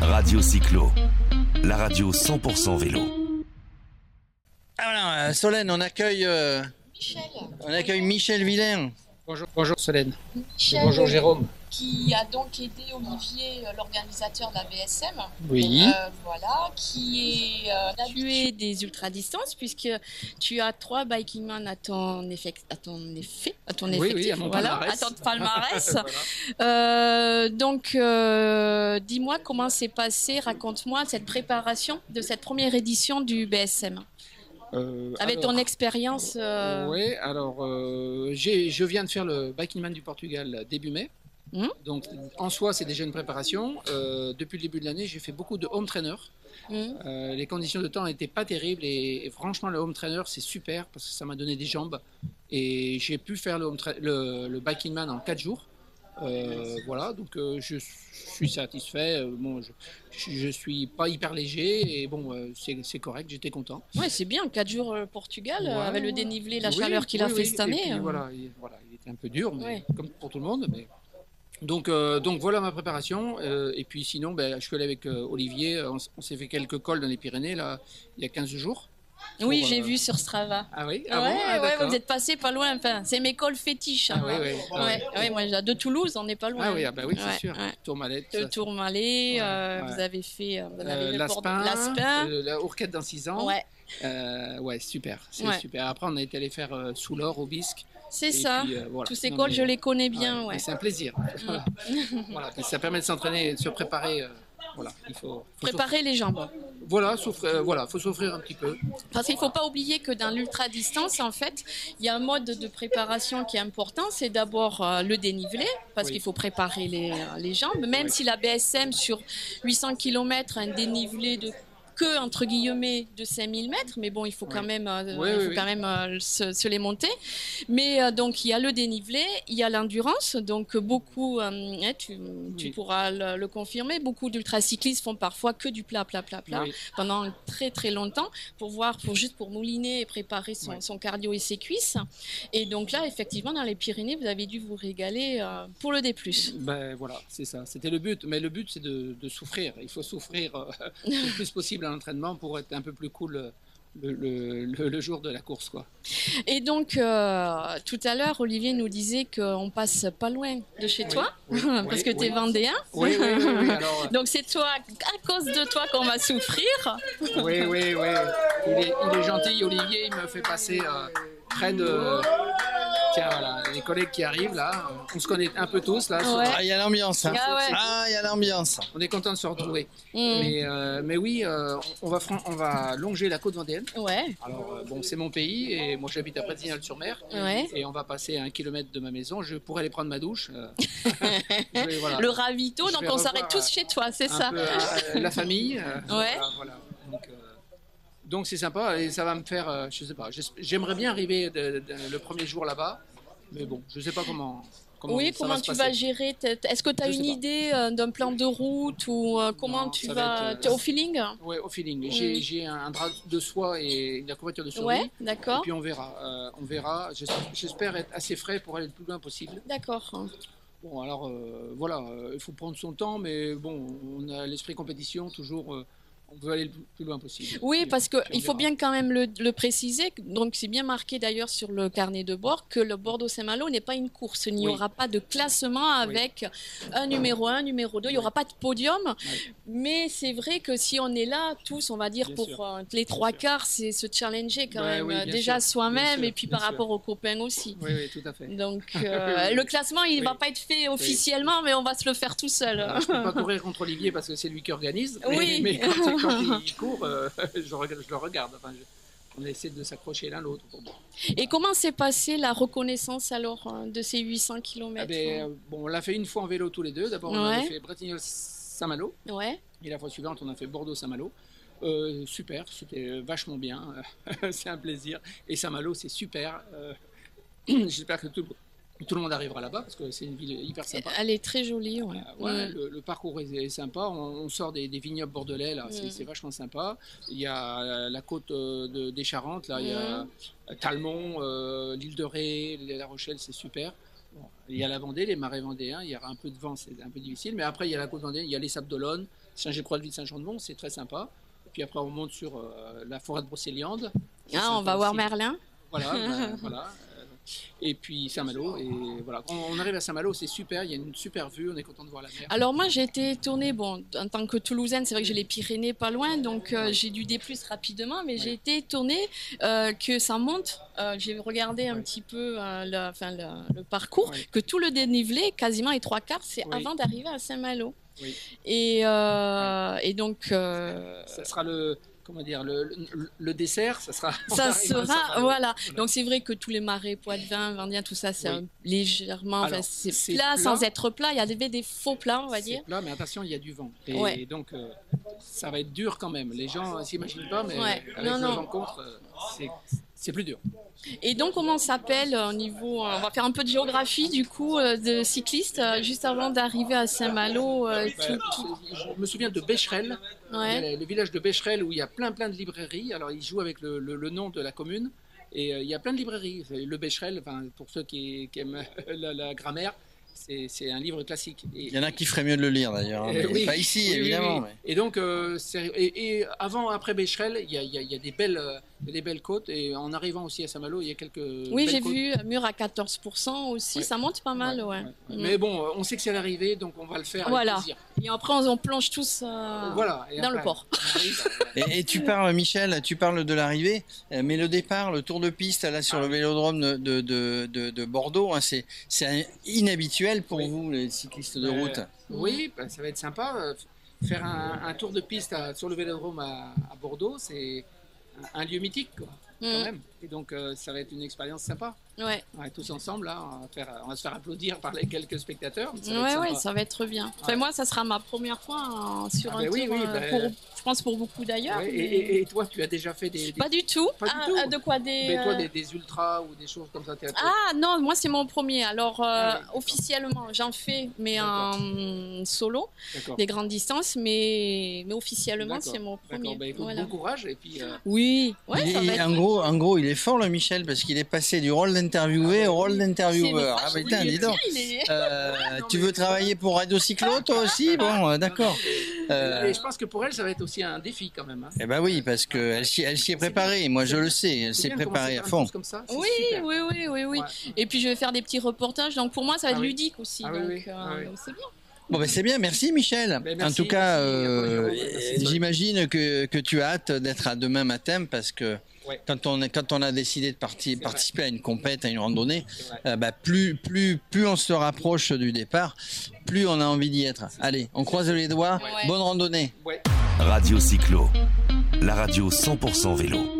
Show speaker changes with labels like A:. A: Radio Cyclo, la radio 100% vélo.
B: Ah voilà, euh, Solène, on accueille, euh,
C: Michel.
B: on accueille Michel Villain.
D: Bonjour, bonjour Solène.
C: Michel,
D: Bonjour Jérôme.
C: qui a donc aidé Olivier, euh, l'organisateur de la BSM.
D: Oui.
C: Euh, voilà, qui est euh, un
E: Tu
C: habitué.
E: es des ultra-distances puisque tu as trois bikingmen à ton effet, à ton effet, à ton
D: Oui, oui,
E: effectif,
D: à mon
E: voilà,
D: palmarès.
E: à ton palmarès. Euh, donc, euh, dis-moi comment s'est passé, raconte-moi cette préparation de cette première édition du BSM
D: Euh,
E: avec
D: alors,
E: ton expérience. euh,
D: Oui, alors euh, j'ai- je viens de faire le Biking Man du Portugal euh, début mai.
E: Mhm.
D: Donc en soi, c'est déjà une préparation. Euh, depuis le début de l'année, j'ai fait beaucoup de home trainer.
E: hmm,
D: Euh, les conditions de temps n'étaient pas terribles et, et franchement, le home trainer, c'est super parce que ça m'a donné des jambes et j'ai pu faire le, home tra- le, le Biking Man en 4 jours. Euh, voilà, donc euh, je suis satisfait. Euh, bon, je, je je suis pas hyper léger et bon, euh, c'est c'est correct, j'étais content.
E: ouais, c'est bien, quatre jours au Portugal euh,
D: Ouais.
E: avec le dénivelé, la
D: Oui,
E: chaleur qu'il a
D: oui,
E: fait
D: oui.
E: cette
D: Et
E: année.
D: puis,
E: euh,
D: voilà, il, voilà, il était un peu dur, mais
E: Ouais.
D: comme pour tout le monde. Mais... Donc, euh, donc voilà ma préparation. euh, et puis sinon, ben, je suis allé avec euh, Olivier. euh, On, s- on s'est fait quelques cols dans les Pyrénées là, il y a 15 jours.
E: Oui,
D: pour,
E: j'ai
D: euh,
E: vu sur Strava.
D: Ah oui
E: ouais,
D: ah bon Ah,
E: ouais,
D: d'accord.
E: vous êtes passé pas loin. Enfin, c'est mes cols fétiches. hein.
D: Ah oui, oui. Ah,
E: Ouais, ouais, moi, j'ai- de Toulouse, on n'est pas loin.
D: Ah oui, ah bah oui, c'est
E: Ouais,
D: sûr.
E: ouais.
D: Tourmalette,
E: De Tourmalet,
D: Ouais,
E: euh,
D: ouais.
E: vous avez fait, euh, vous en avez
D: euh,
E: le port de
D: Laspin,
E: Laspin.
D: euh, la Ourquette dans 6 ans.
E: Ouais,
D: Euh, ouais, super, c'est
E: Ouais.
D: super. Après, on a été allé faire euh, sous l'or au bisque. euh,
E: c'est ça. Tous ces cols, je les connais bien. Ouais. Mm.
D: Et C'est un plaisir. Voilà. Voilà, puis ça permet de s'entraîner, et de se préparer. euh, voilà, il faut, faut
E: Préparer les jambes.
D: souffrir. Voilà, souffrir, euh, voilà, faut souffrir un petit peu.
E: Parce qu'il ne faut pas oublier que dans l'ultra-distance, en fait, il y a un mode de préparation qui est important. C'est d'abord euh, le dénivelé, parce
D: Oui.
E: qu'il faut préparer les, euh, les jambes. Même si la BSM, sur 800 km, a un dénivelé de que entre guillemets de 5000 mètres, mais bon, il faut quand
D: Oui.
E: même, euh,
D: Oui,
E: il
D: oui,
E: faut
D: oui.
E: quand même euh, se, se les monter. Mais euh, donc il y a le dénivelé, il y a l'endurance, donc euh, beaucoup, euh, eh, tu, tu
D: Oui.
E: pourras le, le confirmer, beaucoup d'ultracyclistes font parfois que du plat, plat, plat, plat
D: Oui.
E: pendant très très longtemps pour voir, pour juste pour mouliner et préparer son,
D: Ouais.
E: son cardio et ses cuisses. Et donc là, effectivement, dans les Pyrénées, vous avez dû vous régaler euh, pour le D+.
D: Ben voilà, c'est ça. C'était le but. Mais le but, c'est de, de souffrir. Il faut souffrir euh, le plus possible à l'entraînement pour être un peu plus cool euh, le, le- le- le jour de la course, quoi.
E: Et donc euh, tout à l'heure, Olivier nous disait qu'on passe pas loin de chez toi
D: Oui, oui,
E: parce que
D: oui.
E: tu es vendéen.
D: Oui, oui, oui, oui, alors,
E: Donc c'est toi, à cause de toi qu'on va souffrir.
D: Ah, oui, oui, oui. Il est, il est gentil, Olivier. Il me fait passer euh, près de. Tiens, voilà, les collègues qui arrivent là. On se connaît un peu tous là.
E: Ouais.
B: Ah, il y a l'ambiance. hein.
E: Ah ouais.
B: Ah, il y a l'ambiance.
D: On est content de se retrouver.
E: Mm.
D: Mais, euh, mais oui, euh, on, va fran- on va longer la côte vendéenne.
E: Ouais,
D: Alors, euh, bon, c'est mon pays et moi j'habite à Pratignolles-sur-Mer.
E: ouais.
D: Et on va passer à un kilomètre de ma maison. Je pourrais aller prendre ma douche. euh, je vais, voilà,
E: Le ravito,
D: Ah. Je
E: donc
D: vais
E: on
D: revoir,
E: s'arrête tous
D: euh,
E: chez toi, c'est
D: un
E: ça.
D: peu, euh, la famille. euh,
E: Ouais.
D: Voilà. voilà. Donc, euh, donc c'est sympa et ça va me faire. euh, je sais pas. j'es- J'aimerais bien arriver de- de- le premier jour là-bas, mais bon, je sais pas comment. comment
E: oui,
D: ça
E: comment
D: va se
E: tu vas
D: passer.
E: gérer ta- ta- Est-ce que tu as
D: Je sais
E: une
D: pas.
E: idée euh, d'un plan de route ou euh, comment
D: Non,
E: tu
D: ça va
E: vas
D: être, euh,
E: t'es au feeling
D: Ouais, au feeling. J'ai
E: Mm.
D: j'ai un, un drap de soie et la couverture de survie.
E: Ouais,
D: Et
E: d'accord.
D: puis on verra. Euh, on verra. J'es- J'espère être assez frais pour aller le plus loin possible.
E: D'accord.
D: Bon, alors euh, voilà, euh, il faut prendre son temps, mais bon, on a l'esprit compétition toujours. euh, on veut aller le plus loin possible.
E: Oui,
D: Puis-
E: parce que
D: puis on
E: il faut
D: verra.
E: bien quand même le, le préciser. Donc c'est bien marqué d'ailleurs sur le carnet de bord que le Bordeaux-Saint-Malo n'est pas une course. Il n'y
D: Oui.
E: aura pas de classement avec un numéro 1, numéro 2. Il n'y aura pas de podium.
D: Ouais.
E: Mais c'est vrai que si on est là tous, on va dire
D: Bien sûr.
E: pour euh, les trois quarts, c'est se challenger quand
D: Ouais,
E: même
D: oui,
E: euh,
D: bien
E: déjà
D: sûr.
E: soi-même
D: Bien
E: et puis
D: sûr,
E: par
D: bien sûr.
E: rapport aux copains aussi.
D: Oui, oui, tout à fait.
E: Donc euh, le classement, il
D: Oui.
E: va pas être fait officiellement, mais on va se le faire tout seul.
D: Alors, Euh, je peux pas courir contre Olivier parce que c'est lui qui organise. Mais,
E: Oui.
D: mais quand, quand il court, euh, je, regarde- je le regarde. Enfin, je- on essaie de s'accrocher l'un l'autre. Pour moi.
E: Et comment s'est passée la reconnaissance alors euh, de ces 800
D: Ah
E: km
D: ben, euh, bon, on l'a fait une fois en vélo tous les deux. D'abord, on a
E: Ouais.
D: fait Bretignolles-Saint-Malo.
E: hein? Ouais.
D: Et la fois suivante, on a fait Bordeaux-Saint-Malo. Euh, super, c'était vachement bien. c'est un plaisir. Et Saint-Malo, c'est super. Euh, J'espère que tout, tout le monde arrivera là-bas parce que c'est une ville hyper sympa.
E: Elle est très jolie. Ouais.
D: Euh, ouais,
E: Mm.
D: le, le parcours est, est sympa. On, on sort des, des vignobles bordelais, là, c'est
E: Mm.
D: c'est vachement sympa. Il y a euh, la côte euh, de- des Charentes, là, il y a
E: Mm.
D: Talmont, euh, l'île de Ré, La Rochelle, c'est super. Bon, Il y a la Vendée, les marais vendéens, il y aura un peu de vent, c'est un peu difficile. Mais après, il y a la côte vendéenne, il y a les Sables d'Olonne, Saint-Géprois-de-Ville, Saint-Jean-de-Mont, c'est très sympa. Puis après, on monte sur euh, la forêt de Brocéliande. C'est
E: Ah, on
D: sympa
E: va voir
D: aussi.
E: Merlin.
D: Voilà, ben, voilà. Euh, Et puis Saint-Malo. Et voilà. Quand on arrive à Saint-Malo, c'est super. Il y a une super vue. On est content de voir la mer.
E: Alors moi j'ai été étonnée, bon, en tant que Toulousaine, c'est vrai que j'ai les Pyrénées pas loin, donc euh, j'ai dû D plus rapidement, mais j'ai
D: Ouais.
E: été étonnée euh, que ça monte. Euh, j'ai regardé un
D: Ouais.
E: petit peu euh, le, enfin, le- le parcours,
D: Ouais.
E: que tout le dénivelé, quasiment les trois quarts, c'est
D: Oui.
E: avant d'arriver à Saint-Malo.
D: Oui.
E: Et, euh, et donc euh,
D: Ça sera le comment dire le, le- le dessert. Ça hein. sera. on
E: ça
D: arrive à
E: sera,
D: Saint-Malo.
E: voilà. Donc c'est vrai que tous les marais, Poitvin, Vendien, tout ça, c'est
D: Oui.
E: un- légèrement, enfin,
D: Alors,
E: c'est
D: c'est
E: plat,
D: plat.
E: sans être plat. Il y avait des faux plats, on va dire.
D: Là, mais attention, il y a du vent. Et
E: Ouais.
D: donc, euh, ça va être dur quand même. Les gens euh, s'imaginent pas, mais
E: Ouais.
D: avec
E: Non,
D: le
E: non.
D: vent contre, euh, c'est- c'est plus dur.
E: Et donc, comment on s'appelle euh, au niveau. euh, On va faire un peu de géographie du coup euh, de cycliste euh, juste avant d'arriver à Saint-Malo. euh,
D: Ouais, Bah, je me souviens de Becherel,
E: tout- ouais.
D: Il y a le village de Becherel où il y a plein plein de librairies. Alors ils jouent avec le, le- le nom de la commune et euh, il y a plein de librairies. C'est Le Becherel, enfin, pour ceux qui, qui aiment la, la grammaire, c'est c'est un livre classique. Et,
B: Il y en a qui feraient mieux de le lire d'ailleurs. hein,
D: Euh,
B: mais
D: oui.
B: Pas ici,
D: Oui, oui,
B: évidemment.
D: oui. Et donc, euh, c'est- et, et avant, après Becherel, il y a, il y a- il y a des, belles, euh, des belles côtes. Et en arrivant aussi à Saint-Malo, il y a quelques.
E: Oui,
D: belles
E: j'ai
D: côtes.
E: vu euh, mur à 14% aussi.
D: Ouais.
E: Ça monte pas mal, ouais.
D: ouais.
E: Mm.
D: Mais bon, euh, on sait que c'est à l'arrivée, donc on va le faire
E: Voilà.
D: avec plaisir.
E: Et après, on, on plonge tous euh,
D: Voilà. Et
E: dans le
D: après,
E: port.
D: on arrive, euh, voilà.
B: mais- Et, et tu parles, Michel, tu parles de l'arrivée, euh, mais le départ, le tour de piste là sur le vélodrome de, de, de, de- de Bordeaux, hein, c'est c'est un- inhabituel pour
D: Oui.
B: vous, les cyclistes de
D: Euh,
B: route.
D: Oui, bah, ça va être sympa. euh, f- Faire un, un tour de piste à- sur le Vélodrome à, à Bordeaux, c'est un, un lieu mythique quoi, quand même. Et donc euh, ça va être une expérience sympa.
E: Mm. hmm, Ouais,
D: On est tous ensemble là, on va, faire- on va se faire applaudir par les quelques spectateurs. mais ça va être
E: ouais,
D: sympa.
E: ouais, ça va être bien. Enfin,
D: Ouais.
E: moi, ça sera ma première fois euh, sur
D: Ah,
E: un
D: ben
E: tour.
D: oui, oui,
E: euh,
D: ben-
E: pour- je pense pour beaucoup d'ailleurs.
D: Ouais, et,
E: mais-
D: et- et toi, tu as déjà fait des, des-
E: Pas du tout.
D: Pas du
E: Ah,
D: tout.
E: ah, de quoi des.
D: mais toi,
E: euh,
D: des, des ultras ou des choses comme ça. t'es-
E: Ah non, moi c'est mon premier. Alors euh,
D: Ah oui, d'accord.
E: officiellement, j'en fais, mais
D: D'accord.
E: en solo,
D: D'accord.
E: des grandes distances, mais, mais officiellement
D: D'accord,
E: c'est mon
D: D'accord,
E: premier.
D: bah, écoute,
E: Voilà.
D: bon courage et puis euh,
E: Oui, ouais,
B: Il
E: ça
B: est-
E: va être-
B: en, gros, en gros, il est fort, le Michel, parce qu'il est passé du
D: Ah,
B: rôle d'interviewé au rôle d'intervieweur. Ah,
E: C'est
B: putain,
E: vachement
B: dis donc.
E: bien, il est-
B: Euh,
D: non,
B: tu
D: mais-
B: veux travailler pour Radio Cyclo, toi aussi Bon, euh, d'accord. Euh,
D: et je pense que pour elle, ça va être aussi un défi quand même. hein.
B: eh ben oui, parce que elle s'y elle s'y est préparée. Moi, je le sais. Elle
D: C'est
B: s'est
D: bien de commencer
B: préparée à
D: par une
B: fond.
D: course Comme ça, c'est
E: Oui,
D: super.
E: oui, oui, oui, oui.
D: Ouais.
E: Et puis je vais faire des petits reportages, donc pour moi ça va
D: Ah
E: être
D: oui.
E: ludique aussi.
D: Ah oui,
E: donc
D: oui,
E: euh,
D: ah oui.
E: donc c'est bien.
B: Bon, ben c'est bien. Merci, Michel.
D: Ben, merci,
B: en tout cas,
D: merci,
B: euh,
D: Roger. Merci, Paul.
B: j'imagine que, que tu as hâte d'être à demain matin, parce que
D: Ouais.
B: quand on est- quand on a décidé de parti-
D: vrai.
B: participer à une compète, à une randonnée,
D: C'est vrai.
B: euh, bah, plus, plus, plus on se rapproche du départ, plus on a envie d'y être. Allez, on croise les doigts.
E: Ouais.
B: Bonne randonnée.
D: Ouais.
A: Radio Cyclo, la radio 100% vélo.